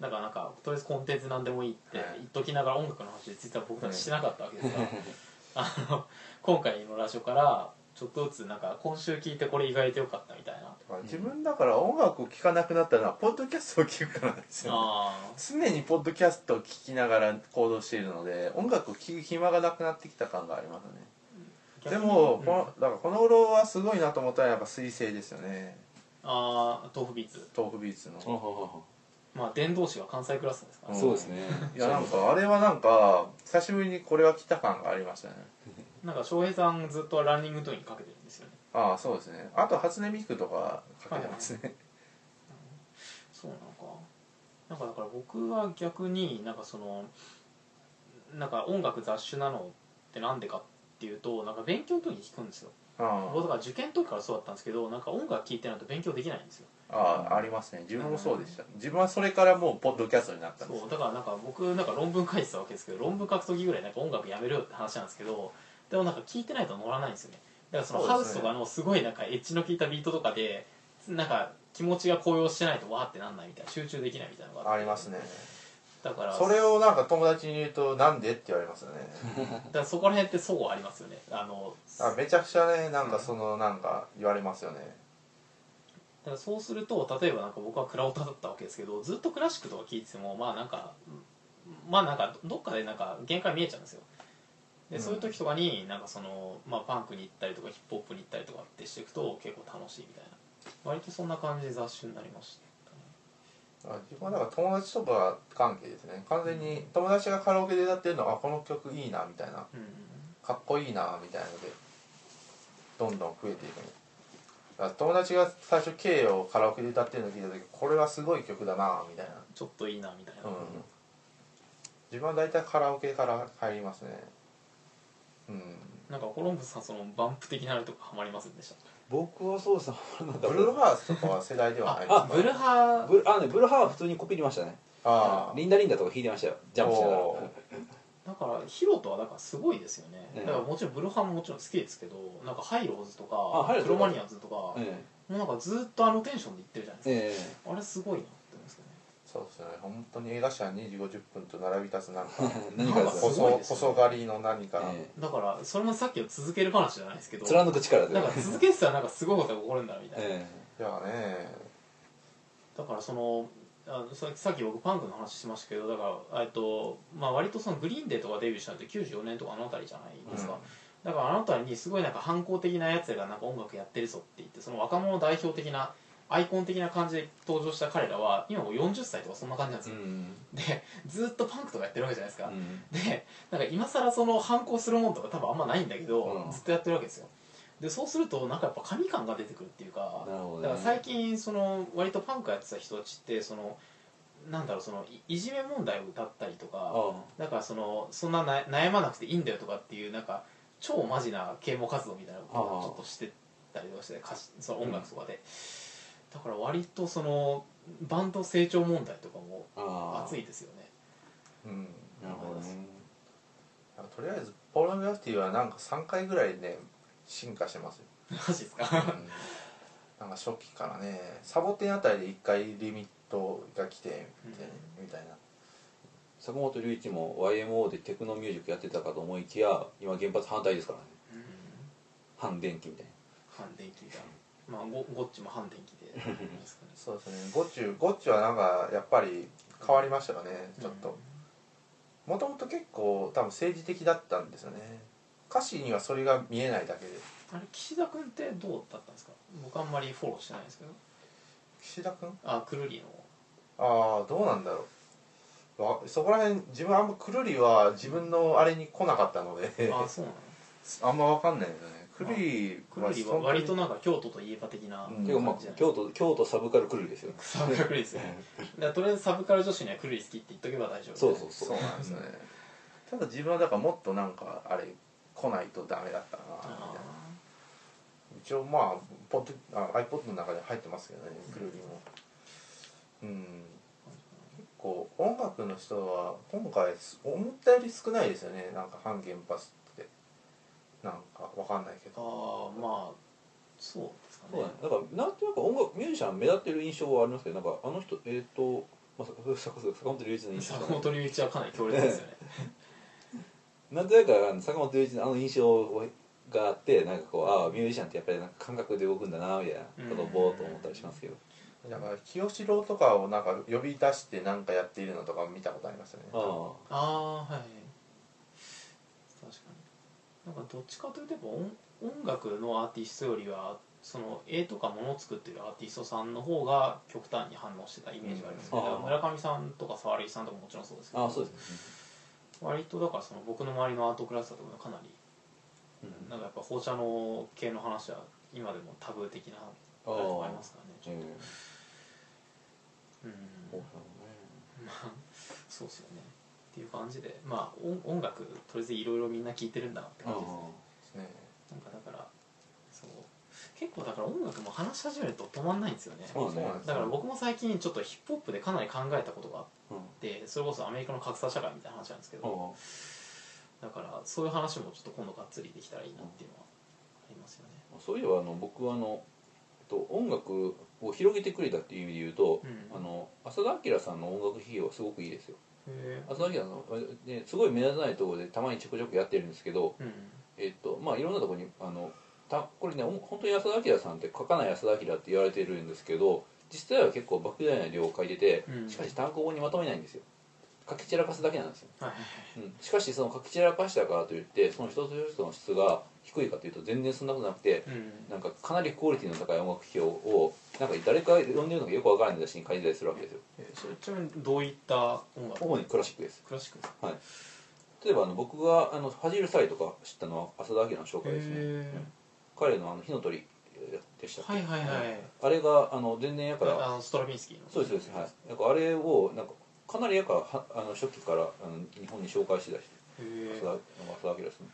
Speaker 1: ななんかなんかとりあえずコンテンツなんでもいいって
Speaker 2: はい
Speaker 1: 言っときながら音楽の話で実は僕たちしてなかったわけですから、 <laughs> あの今回のラジオからちょっとずつなんか今週聞いてこれ意外と良かったみたいな
Speaker 2: 自分だから音楽を聴かなくなったのはポッドキャストを聴くからなんですよ、ね、
Speaker 1: あ
Speaker 2: 常にポッドキャストを聴きながら行動しているので音楽を聴く暇がなくなってきた感がありますね
Speaker 1: ー
Speaker 2: でも、
Speaker 1: 逆にう
Speaker 2: こ
Speaker 1: ん
Speaker 2: のだからこの頃はすごいなと思ったらやっぱ水星ですよね
Speaker 1: あー豆腐ビーツ
Speaker 2: 豆腐ビーツの
Speaker 1: まあ伝道師が関西クラスですから、
Speaker 2: うん
Speaker 3: そうですね
Speaker 2: いやなんかあれはなんか久しぶりにこれは来た感がありましたね
Speaker 1: なんか翔平さんずっとランニングトイにかけてるんですよね
Speaker 2: ああそうですねあと初音ミクとかかけてますね、
Speaker 1: そうなんかなんかだから僕は逆になんかそのなんか音楽雑種なのってなんでかっていうとなんか勉強の時に聞くんですよ僕だから受験の時からそうだったんですけどなんか音楽聴いてないと勉強できないんですよ
Speaker 2: あああありますね自分もそうでした自分はそれからもうポッドキャストになったんです
Speaker 1: そうだからなんか僕なんか論文書いてたわけですけど論文書く時ぐらいなんか音楽やめるよって話なんですけどでもなんか聴いてないと乗らないんですよねだからその
Speaker 2: そう
Speaker 1: ハ
Speaker 2: で
Speaker 1: ウ
Speaker 2: す
Speaker 1: ス
Speaker 2: ね
Speaker 1: とかのすごいなんかエッジの効いたビートとかでなんか気持ちが高揚してないとわーってなんないみたいな集中できないみたいなのが
Speaker 2: あ
Speaker 1: って
Speaker 2: りますね
Speaker 1: だから
Speaker 2: それをなんか友達に言うとなんでって言われますよね
Speaker 1: だからそこら辺って相互ありますよねあの
Speaker 2: あめちゃくちゃねなんかそのなんか言われますよね
Speaker 1: だからそうすると例えばなんか僕はクラオタだったわけですけどずっとクラシックとか聴いててもまあなんかうんまあなんかどっかでなんか限界見えちゃうんですよで、
Speaker 2: うん
Speaker 1: そういう時とかになんかその、まあ、パンクに行ったりとかヒップホップに行ったりとかってしていくと結構楽しいみたいな割とそんな感じで雑種になりました
Speaker 2: あ自分はなんか友達とか関係ですね完全に友達がカラオケで歌ってるのあこの曲いいなみたいな
Speaker 1: ね
Speaker 2: かっこいいなみたいのでどんどん増えていくのだから友達が最初 K をカラオケで歌ってるのを聞いた時これはすごい曲だなみたいな、
Speaker 1: ちょっといいなみたいな、
Speaker 2: うん、自分は大体カラオケから入りますねうん
Speaker 1: なんかコロンブスさんそのバンプ的なあれとかハマりませんでした
Speaker 3: 僕はそうですねあんまりなか
Speaker 2: ブ
Speaker 3: った
Speaker 2: ルーハーツとかは世代ではない
Speaker 1: あブル
Speaker 2: ー
Speaker 1: ハー
Speaker 3: ブルあのねブルーハーフ普通にコピーりましたね
Speaker 2: あー
Speaker 3: リンダリンダとか弾いてましたよジャンプしながら
Speaker 2: おー
Speaker 1: だからヒロトはだからすごいですよね、
Speaker 3: ええ
Speaker 1: だからもちろんブルハンももちろん好きですけどなんかハイローズと
Speaker 3: あハ
Speaker 1: か
Speaker 3: イローズ
Speaker 1: クロ
Speaker 3: とか
Speaker 1: マニアンズとか、も
Speaker 3: え
Speaker 1: うなんかずっとあのテンションで言ってるじゃないですか、
Speaker 3: ええ
Speaker 1: あれすごいなって思うんですけどね
Speaker 2: そうですね本当に映画史は2時50分と並び立つなんか
Speaker 3: 何か
Speaker 1: なんかすごいですよ
Speaker 2: 細
Speaker 1: ね
Speaker 2: 細狩りの何か、
Speaker 3: え
Speaker 1: だからそれもさっきの続ける話じゃないですけ
Speaker 3: え
Speaker 1: ど
Speaker 3: 貫く力で
Speaker 1: なんか続けてたらなんかすごいことが起こるんだなみたいな、
Speaker 3: え
Speaker 2: いやね
Speaker 1: だからそのあのささっき僕パンクの話しましたけどだから、えっとまあ、割とそのグリーンデーとかデビューしたのって94年とかあの辺りじゃないですか、
Speaker 2: うん
Speaker 1: だからあの辺りにすごいなんか反抗的なやつがなんか音楽やってるぞって言ってその若者代表的なアイコン的な感じで登場した彼らは今もう40歳とかそんな感じなんです
Speaker 3: う
Speaker 1: よ、
Speaker 3: ん
Speaker 1: でずっとパンクとかやってるわけじゃないです
Speaker 3: う
Speaker 1: か、
Speaker 3: ん
Speaker 1: でなんか今更その反抗するもんとか多分あんまないんだけど、
Speaker 3: うん
Speaker 1: ずっとやってるわけですよでそうするとなんかやっぱ神感が出てくるっていうか
Speaker 3: なるほどね
Speaker 1: だから最近その割とパンクやってた人たちってそのなんだろうそのいいじめ問題を歌ったりとか
Speaker 3: あ
Speaker 1: だからそのそんなな悩まなくていいんだよとかっていうなんか超マジな啓蒙活動みたいなことをちょっとしてたりとかして歌詞その音楽とかで、だから割とそのバンド成長問題とかも
Speaker 3: あ
Speaker 1: 熱いですよね
Speaker 2: うん
Speaker 3: なるほどね
Speaker 2: とりあえずポール・グラフィティはなんか3回ぐらいね進化してますよ、
Speaker 1: マジです
Speaker 2: う
Speaker 1: か
Speaker 2: んなんか初期からねサボテンあたりで1回リミ人が来てみたいな,、みたいな
Speaker 3: 坂本龍一も YMO でテクノミュージックやってたかと思いきや今原発反対ですからね
Speaker 1: うん
Speaker 3: 反電気みたいな
Speaker 1: 反電気だまあゴゴッチも反電気でですかね
Speaker 2: そうですねゴッチュゴッチュはなんかやっぱり変わりましたよねちょっともともと結構多分政治的だったんですよね歌詞にはそれが見えないだけで
Speaker 1: あれ岸田君ってどうだったんですか僕あんまりフォローしてないんですけど
Speaker 2: 岸田君
Speaker 1: あくるりの
Speaker 2: ああどうなんだろうわそこら辺自分あんまくるりは自分のあれに来なかったので
Speaker 1: あそうなの
Speaker 2: <laughs> あんまわかんないよねくるり
Speaker 1: くるりは割となんか京都といえば的な
Speaker 2: うん
Speaker 3: ていうかまあ
Speaker 1: 感じじゃない
Speaker 3: 京都京都サブカル来るですよね
Speaker 1: サブカルですよねだからとりあえずサブカル女子にはくるり好きって言っとけば大丈夫
Speaker 3: そうそう
Speaker 2: そ
Speaker 3: そう
Speaker 2: うなんですよねただ自分はだからもっとなんかあれ来ないとダメだったなみたいな
Speaker 1: あ
Speaker 2: 一応まあポッドあ iPod の中で入ってますけどねくるりもうん結構音楽の人は今回す思ったより少ないですよねなんか半原発ってなんかわかんないけ
Speaker 1: ー
Speaker 2: ど
Speaker 1: あーまあそうですか
Speaker 3: そう
Speaker 1: ね
Speaker 3: だねだからなんとなく音楽ミュージシャン目立ってる印象はありますけどなんかあの人えっ、と、まあ、坂坂坂坂本龍一の印象
Speaker 1: 坂
Speaker 3: か
Speaker 1: 本龍一はかなり強烈ですよね
Speaker 3: ななんとなくあの坂本龍一のあの印象があってなんかこうああミュージシャンってやっぱりなんか感覚で動くんだなみたいなことをぼーっと思ったりしますけど
Speaker 2: だから清志郎とかをなんか呼び出してなんかやっているのとか見たことありましたね
Speaker 3: あ
Speaker 1: ああはい確かになんかどっちかというとやっぱ音音楽のアーティストよりはその絵とかものを作ってるアーティストさんの方が極端に反応してたイメージがありますね、
Speaker 3: うん
Speaker 1: だから村上さんとか沢井さんとかももちろんそうですけ
Speaker 3: あ
Speaker 1: ど
Speaker 3: ああそうです
Speaker 1: 割とだからその僕の周りのアートクラスターとかのかなり
Speaker 3: ね、うん
Speaker 1: なんかやっぱ放射能系の話は今でもタブー的な
Speaker 3: ああ
Speaker 1: 話もありますからねち
Speaker 3: う
Speaker 1: ょっ
Speaker 3: ん
Speaker 1: とうん
Speaker 3: そう
Speaker 1: まあ <laughs> そうですよねっていう感じでまあ音音楽とりあえずいろいろみんな聴いてるんだなって
Speaker 3: だ
Speaker 1: 感
Speaker 3: ね
Speaker 1: じですね
Speaker 2: ね
Speaker 1: なんかだからそう結構だから音楽も話し始めると止まんないんですよね
Speaker 3: そうだね
Speaker 1: だから僕も最近ちょっとヒップホップでかなり考えたことがあっ
Speaker 3: うん
Speaker 1: てそれこそアメリカの格差社会みたいな話なんですけど
Speaker 3: あ
Speaker 1: だからそういう話もちょっと今度がっつりできたらいいなっていうのはありますよね
Speaker 3: あそういえばあの僕はあの、えっと、音楽を広げてくれたっていう意味で言うと、
Speaker 1: うん
Speaker 3: あの浅田明さんの音楽費用はすごくいいですよ
Speaker 1: へえ
Speaker 3: 浅田明さんの、ね、すごい目立たないところでたまにちょくちょくやってるんですけど
Speaker 1: うん
Speaker 3: えっとまあいろんなところにあのたこれねほん本当に浅田明さんって書かない浅田明って言われてるんですけど実際は結構莫大な量を書いてて
Speaker 1: うん
Speaker 3: しかし単行本にまとめないんですよ書き散らかすだけなんですよ
Speaker 1: はい
Speaker 3: うんしかしその書き散らかしたからといってその一つ一つの質が低いかというと全然そんなことなくて
Speaker 1: うん
Speaker 3: なんかかなりクオリティの高い音楽表をなんか誰かが読んでるのかよくわからない雑誌に書いてたりするわけですよ
Speaker 1: えそれちなみにどういった音楽
Speaker 3: 主にクラシックです
Speaker 1: クラシックですか
Speaker 3: 例えばあの僕があの恥じる際とか知ったのは浅田明の紹介ですね、
Speaker 1: へー
Speaker 3: うん彼のあの火の鳥でしたっけ、
Speaker 1: はいはいはい、
Speaker 3: あれがあの全然やから、
Speaker 1: あのストラビンスキーの
Speaker 3: そうですそうですはいなんかあれをなんかかなりやからはあの初期からあの日本に紹介してたし
Speaker 1: へ
Speaker 3: 浅
Speaker 1: え
Speaker 3: 田なんか浅田明ですね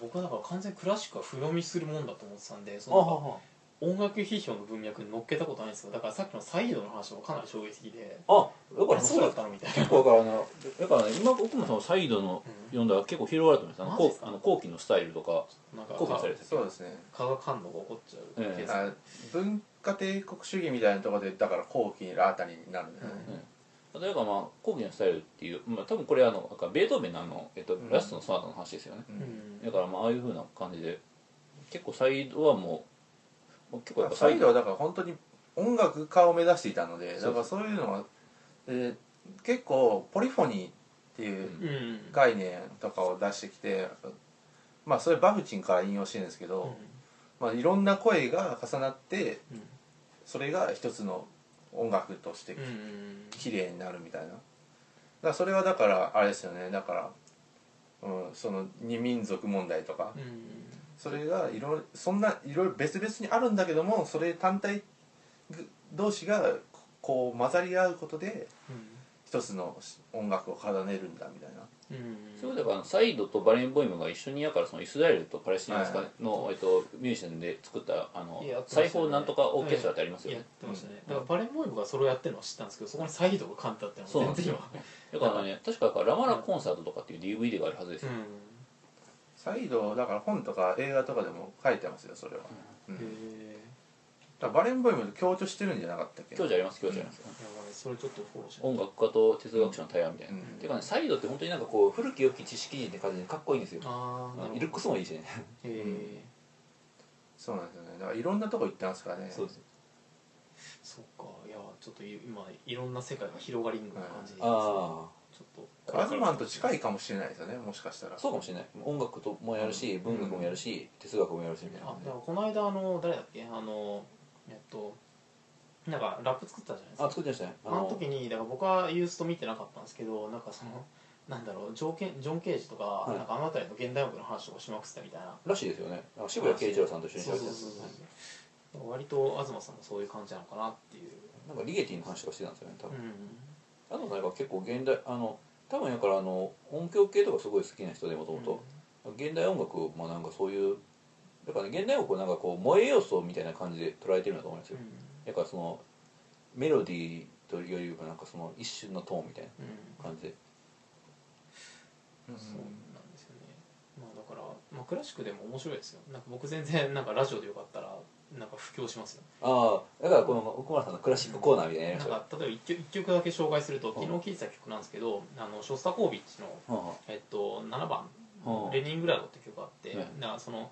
Speaker 1: 僕はだから完全にクラシックは不読みするもんだと思ってたんでそ
Speaker 3: あ
Speaker 1: のなんか音楽批評の文脈に乗っけたことないんですよだからさっきのサイドの話もかなり衝撃的で
Speaker 3: あだか
Speaker 1: あれ
Speaker 3: ら
Speaker 1: そうだったのみたいな
Speaker 3: 結構だからねだからね今僕もそのサイドの読んだら結構広がると思いますあの
Speaker 1: マジっ
Speaker 3: 後
Speaker 1: すか
Speaker 3: あの後期のスタイルとか
Speaker 1: なんか
Speaker 3: 後期のスタイル
Speaker 1: か
Speaker 3: です
Speaker 2: そうですね
Speaker 1: 化学反応が起こっちゃうケース、
Speaker 3: ええ
Speaker 2: あ文化帝国主義みたいなところでだから後期あたりになるんだよね、
Speaker 1: うん
Speaker 3: あとだからまあ後期のスタイルっていう、まあ、多分これあのなんかベートーベンのあの、えっと
Speaker 2: ん、
Speaker 3: ラストのソナタの話ですよね、
Speaker 1: う
Speaker 3: だ
Speaker 1: ん
Speaker 3: からまあああいうふうな感じで結構サイドはもうもう結構やっぱ
Speaker 2: サイドはだから本当に音楽家を目指していたので
Speaker 3: そ
Speaker 2: だ
Speaker 3: う
Speaker 2: からそういうのは、えー結構ポリフォニーっていう
Speaker 1: うんうん
Speaker 2: 概念とかを出してきて、まあそれバフチンから引用してるんですけど、まあ、いろんな声が重なって
Speaker 1: うん
Speaker 2: それが一つの音楽として
Speaker 1: うんうん
Speaker 2: 綺麗になるみたいなだからそれはだからあれですよねだから、うん、その二民族問題とか、
Speaker 1: うん
Speaker 2: それがいろいろそんないろいろ別々にあるんだけどもそれ単体同士がこう混ざり合うことで一つの音楽を奏でるんだみたいな
Speaker 1: うんうん
Speaker 3: そういうだからサイドとバレンボイムが一緒にやからそのイスラエルとパレスチナですか
Speaker 2: はい
Speaker 3: の、えっと、ミュージシャンで作ったあの、
Speaker 1: いややってました
Speaker 3: 裁
Speaker 1: ね
Speaker 3: 縫なんとかオーケストラってありますよ
Speaker 1: やっ
Speaker 3: ね、
Speaker 1: てましたね、
Speaker 3: う
Speaker 1: だ
Speaker 3: ん
Speaker 1: からバレンボイムがそれをやってるのは知ったんですけどそこにサイドが感じたっていう
Speaker 3: そう
Speaker 1: の
Speaker 3: な
Speaker 1: は
Speaker 3: んで
Speaker 1: 全
Speaker 3: す
Speaker 1: 然
Speaker 3: よ
Speaker 1: わかんない
Speaker 3: だからね確かだからラマラコンサートとかっていう DVD があるはずですよ、
Speaker 2: 再度だから本とか映画とかでも書いてますよそれは、
Speaker 1: う
Speaker 2: う
Speaker 1: ん
Speaker 2: ん
Speaker 1: へ
Speaker 2: だからバレンボイムと強調してるんじゃなかったっけ
Speaker 3: 教授あります教授あります、
Speaker 1: ばいそれちょっとフォローしない
Speaker 3: 音楽家と哲学者の対話みたいな、
Speaker 2: うん
Speaker 3: ていうかねサイドって本当になんかこう古き良き知識人って感じでかっこいいんですよ
Speaker 1: ああなるほ
Speaker 3: ル
Speaker 1: ど
Speaker 3: ックスもいいしね
Speaker 1: え
Speaker 2: そうなんですよねだからいろんなとこ行ってますからね
Speaker 3: そうです
Speaker 1: ー、そっかいやちょっと今いろんな世界が広がりんな感じに
Speaker 3: あ
Speaker 1: ちょっと
Speaker 2: アズマンと近
Speaker 1: い
Speaker 2: いかもしれないですよねもしかしたら
Speaker 3: あそうかもしれない音楽ともやるし文学もやるし、哲学もやるしみたいな
Speaker 1: あだからこの間あの誰だっけあのえっとなんかラップ作ったじゃないですか
Speaker 3: あ作ってましたね
Speaker 1: あの時にだから僕はユースト見てなかったんですけどなんかそのなんだろう条件ジョン・ケージとか,、
Speaker 3: い
Speaker 1: なんかあの辺りの現代音楽の話とかしまくってたみたいな
Speaker 3: らしいですよねあの渋谷慶一郎さんと一緒に
Speaker 1: そ
Speaker 3: 喋
Speaker 1: う
Speaker 3: って
Speaker 1: そう
Speaker 3: た
Speaker 1: そ
Speaker 3: や
Speaker 1: う
Speaker 3: つ
Speaker 1: そうだから割と東さんもそういう感じなのかなっていう、
Speaker 3: なんかリゲティの話とかしてたんですよね多
Speaker 1: う
Speaker 3: 分、
Speaker 1: ん、
Speaker 3: あとなんか結構現代あの多分やからあの音響系とかすごい好きな人でもともと現代音楽もなんかそういうだからね現代音楽をなんかこう萌え要素みたいな感じで捉えてるんだと思うんです
Speaker 1: うん
Speaker 3: よ、だからそのメロディーというよりもなんかその一瞬のトーンみたい
Speaker 1: うん
Speaker 3: な感じで
Speaker 2: うんうん
Speaker 1: そうなんですよねまあだから、まあ、クラシックでも面白いですよなんか僕全然なんかラジオでよかったらなんか布教しますよ
Speaker 3: ああだからこの奥村さんのクラシックコーナーみたいなのやり
Speaker 1: な
Speaker 3: ま
Speaker 1: ん
Speaker 3: しょう
Speaker 1: か例えば一曲一曲だけ紹介すると
Speaker 3: うん
Speaker 1: 昨日聴いてた曲なんですけどあのショスタコービッチの
Speaker 3: はあは
Speaker 1: えっと、7番
Speaker 3: うん
Speaker 1: 「レニングラード」って曲があって、
Speaker 3: ね
Speaker 1: だからその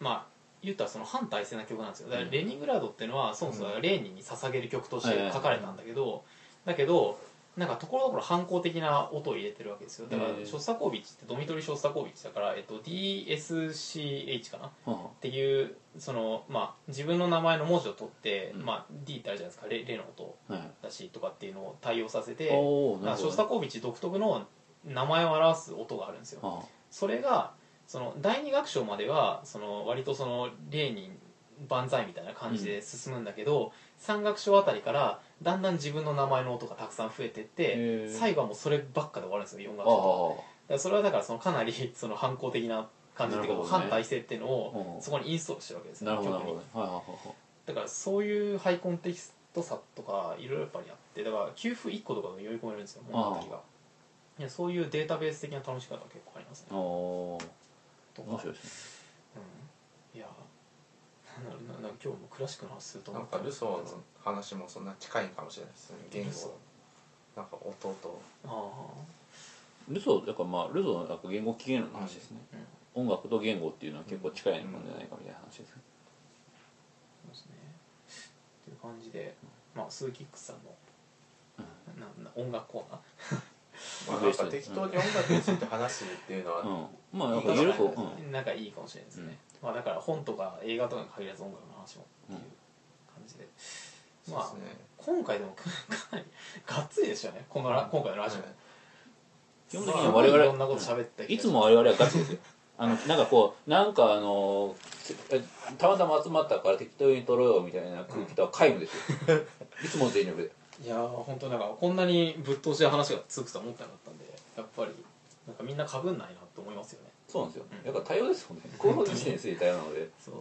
Speaker 1: まあ言ったらその反体制な曲なんですよだから
Speaker 3: うん
Speaker 1: レニングラードっていうのはそもそもレーニンに捧げる曲として書かれたんだけど、だけどなんかところどころ反抗的な音を入れてるわけですよだから
Speaker 3: うん
Speaker 1: ショスタコービッチってドミトリー・ショスタコービッチだから、えっと、DSCH かなっ
Speaker 3: あは
Speaker 1: ていうその、まあ、自分の名前の文字を取って、
Speaker 3: うん
Speaker 1: まあ、D ってあるじゃないですかレレの音
Speaker 3: あはい
Speaker 1: だしとかっていうのを対応させて
Speaker 3: おお
Speaker 1: まあショスタコービッチ独特の名前を表す音があるんですよ
Speaker 3: は
Speaker 1: それがその第二楽章まではその割とそのレーニン万歳みたいな感じで進むんだけど、三楽章あたりからだんだん自分の名前の音がたくさん増えてっ
Speaker 3: へ
Speaker 1: て
Speaker 3: ー
Speaker 1: 最後はもうそればっかで終わるんですよ四
Speaker 3: あ
Speaker 1: 楽
Speaker 3: あ
Speaker 1: 章とかだからそれはだからそのかなりその反抗的な感じっていう
Speaker 3: なる
Speaker 1: か、
Speaker 3: ほどね
Speaker 1: 反体制っていうの
Speaker 3: う
Speaker 1: を
Speaker 3: ん
Speaker 1: そこにインストールしてるわけです
Speaker 3: なるほどなる
Speaker 1: 曲に
Speaker 3: ほどねはいはいはいはい
Speaker 1: だからそういうハイコンテキストさとかいろいろやっぱりあってだから給付1個とかでも読み込めるんですよ物語がいやそういうデータベース的な楽しみ方は結構ありますね
Speaker 3: おー
Speaker 1: とか
Speaker 3: 面白いですね
Speaker 1: うんいやなんだろうななんか今日もクラシックの話すると
Speaker 2: な
Speaker 1: 思
Speaker 2: ん
Speaker 1: っ
Speaker 2: か
Speaker 1: た
Speaker 2: ルソーの話もそんな近いかもしれないですね言語なんか音と
Speaker 1: あ
Speaker 3: ルソーだからまあルソーのなんか言語起源論の話ですね、
Speaker 1: あうん
Speaker 3: 音楽と言語っていうのは結構近いもんじゃないかみたいな話ですね、
Speaker 1: そうですねっていう感じでまあスーキックスさんのなな音楽コーナー
Speaker 2: まあなんか適当に音楽について話すっていうのは、
Speaker 3: うん、まあなんか
Speaker 2: いい
Speaker 3: ゆる
Speaker 2: です
Speaker 3: と、
Speaker 2: ね
Speaker 3: うん、
Speaker 1: なんかいいかもしれないですね、まあだから本とか映画とかに限らず音楽の話もっていう感じで、
Speaker 2: そう
Speaker 1: ま
Speaker 2: で
Speaker 1: あ
Speaker 2: すね、
Speaker 1: 今回でもかかなりがっつりでしたよねこのラ今回のラジオ、
Speaker 2: はい
Speaker 3: 基本的に
Speaker 1: ま
Speaker 3: は
Speaker 1: あ
Speaker 3: 我々
Speaker 1: いろんなこと喋ってた
Speaker 3: うん
Speaker 1: けど
Speaker 3: いつも我々はガチですよあのなんかこうなんかあのえたまたま集まったから適当に撮ろうよみたいな空気とは皆無です <laughs> よいつも全力で
Speaker 1: いやー本当なんかこんなにぶっ通しで話が続くとは思ってなかったんでやっぱりなんかみんなかぶんないなと思いますよね
Speaker 3: そうなんですよ
Speaker 1: うん
Speaker 3: やっぱ多
Speaker 1: <laughs>
Speaker 3: 様ですもんね高校時点ですで多様なので、うん
Speaker 1: そう、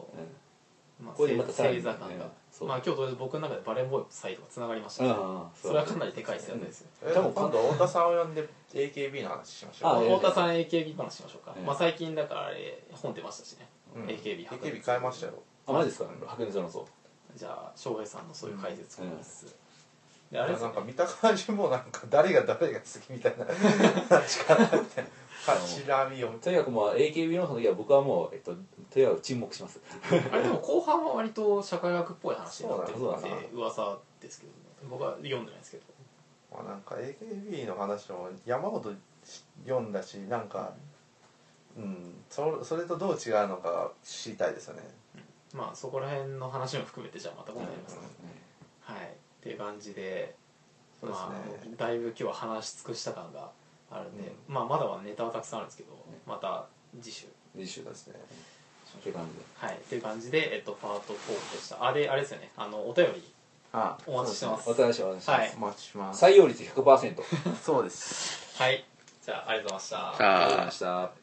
Speaker 1: まあ、
Speaker 3: ここでまたさらに
Speaker 1: 正座感が、
Speaker 3: ねそう
Speaker 1: まあ今日とりあえず僕の中でバレンボーイサイドがつながりました、
Speaker 3: あ
Speaker 1: ね
Speaker 3: あ
Speaker 1: それはかなりでかい戦略ですよ、
Speaker 2: えでも今度太田さんを呼んで AKB の話しましょう
Speaker 3: あええ
Speaker 1: 太田さん AKB 話しましょうか、
Speaker 3: ええ
Speaker 1: まあ、最近だからあれ本出ましたしね、
Speaker 2: うん
Speaker 1: AKB 白熱
Speaker 2: AKB 変えましたよ
Speaker 3: あマジですか白熱のそう
Speaker 1: じゃあ翔平さんのそういう解説をますつつ、であれ
Speaker 2: な
Speaker 1: ですよ
Speaker 2: ん
Speaker 1: ね
Speaker 2: か見た感じもなんか誰が誰が好きみたいな話かなみたいな柱みを
Speaker 3: とにかくまあ AKB のその時は僕はもう、えっと、とにかく沈黙します
Speaker 1: あれでも後半は割と社会学っぽい話になってる
Speaker 3: そ
Speaker 1: っ
Speaker 3: うだねそうだ
Speaker 1: て噂ですけどね僕は読んでないですけど
Speaker 2: まあなんか AKB の話も山ほど読んだしなんかうんそそれとどう違うのか知りたいですよね
Speaker 1: まあそこら辺の話も含めてじゃあまた今度やりますか、
Speaker 2: うん
Speaker 1: はいっていう感じで
Speaker 2: そうですね
Speaker 1: まあ、だいぶ今日は話し尽くした感があるんで、まあまだまだネタはたくさんあるんですけど、また次週
Speaker 3: 次週
Speaker 2: そう
Speaker 3: だ
Speaker 2: ですね
Speaker 3: って感じで
Speaker 1: はいっていう感じで、えっと、パート4でしたあであれですよねあのお便り
Speaker 2: あ
Speaker 1: お待ちしてます
Speaker 3: お願いしますお願いし
Speaker 1: はい
Speaker 3: ます、
Speaker 2: お待ちします
Speaker 3: 採用率100%
Speaker 2: そうです
Speaker 1: はいじゃあありがとうございました
Speaker 3: <laughs> ありがとうございました